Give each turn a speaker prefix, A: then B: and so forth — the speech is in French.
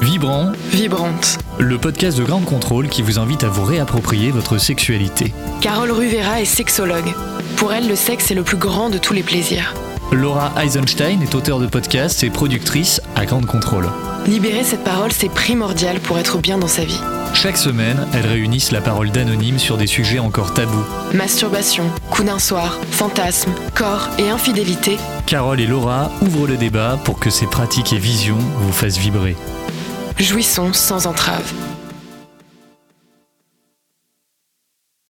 A: Vibrant,
B: Vibrante.
A: le podcast de Grande Contrôle qui vous invite à vous réapproprier votre sexualité.
B: Carole Ruvera est sexologue. Pour elle, le sexe est le plus grand de tous les plaisirs.
A: Laura Eisenstein est auteure de podcasts et productrice à Grande Contrôle.
B: Libérer cette parole, c'est primordial pour être bien dans sa vie.
A: Chaque semaine, elles réunissent la parole d'anonymes sur des sujets encore tabous.
B: Masturbation, coup d'un soir, fantasmes, corps et infidélité,
A: Carole et Laura ouvrent le débat pour que ces pratiques et visions vous fassent vibrer.
B: jouissons sans entrave.